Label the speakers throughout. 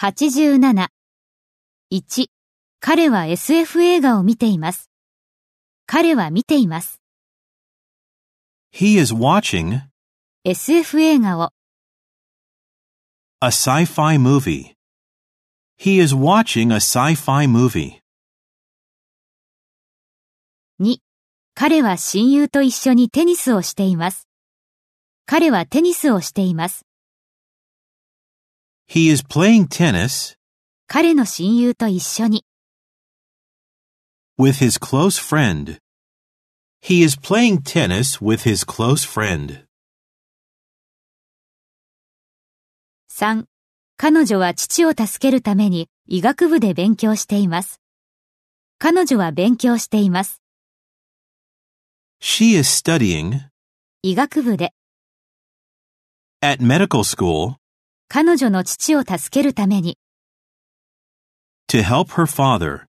Speaker 1: 87。1、彼は SF 映画を見ています。彼は見ています。
Speaker 2: He is watching
Speaker 1: SF 映画を
Speaker 2: a sci fi movie. He is watching a sci fi movie.
Speaker 1: 2、彼は親友と一緒にテニスをしています。彼はテニスをしています。
Speaker 2: He is playing tennis
Speaker 1: 彼の親友と一緒に。
Speaker 2: with his close friend. He is playing tennis with his close friend.
Speaker 1: 3、彼女は父を助けるために医学部で勉強しています。彼女は勉強しています。
Speaker 2: She is studying
Speaker 1: 医学部で
Speaker 2: at medical school
Speaker 1: 彼女の父を助けるために。
Speaker 2: to help her father.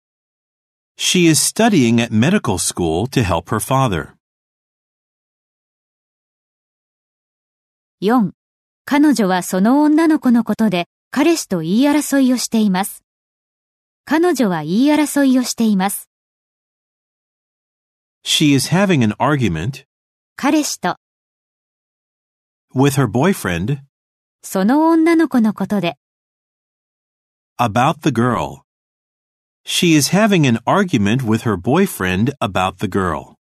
Speaker 2: She is studying at medical school to help her father.
Speaker 1: 4. 彼女はその女の子のことで彼氏と言い争いをしています。彼女は言い争いをしています。
Speaker 2: She is having an argument
Speaker 1: 彼氏と
Speaker 2: with her boyfriend
Speaker 1: その女の子のことで
Speaker 2: about the girl. She is having an argument with her boyfriend about the girl.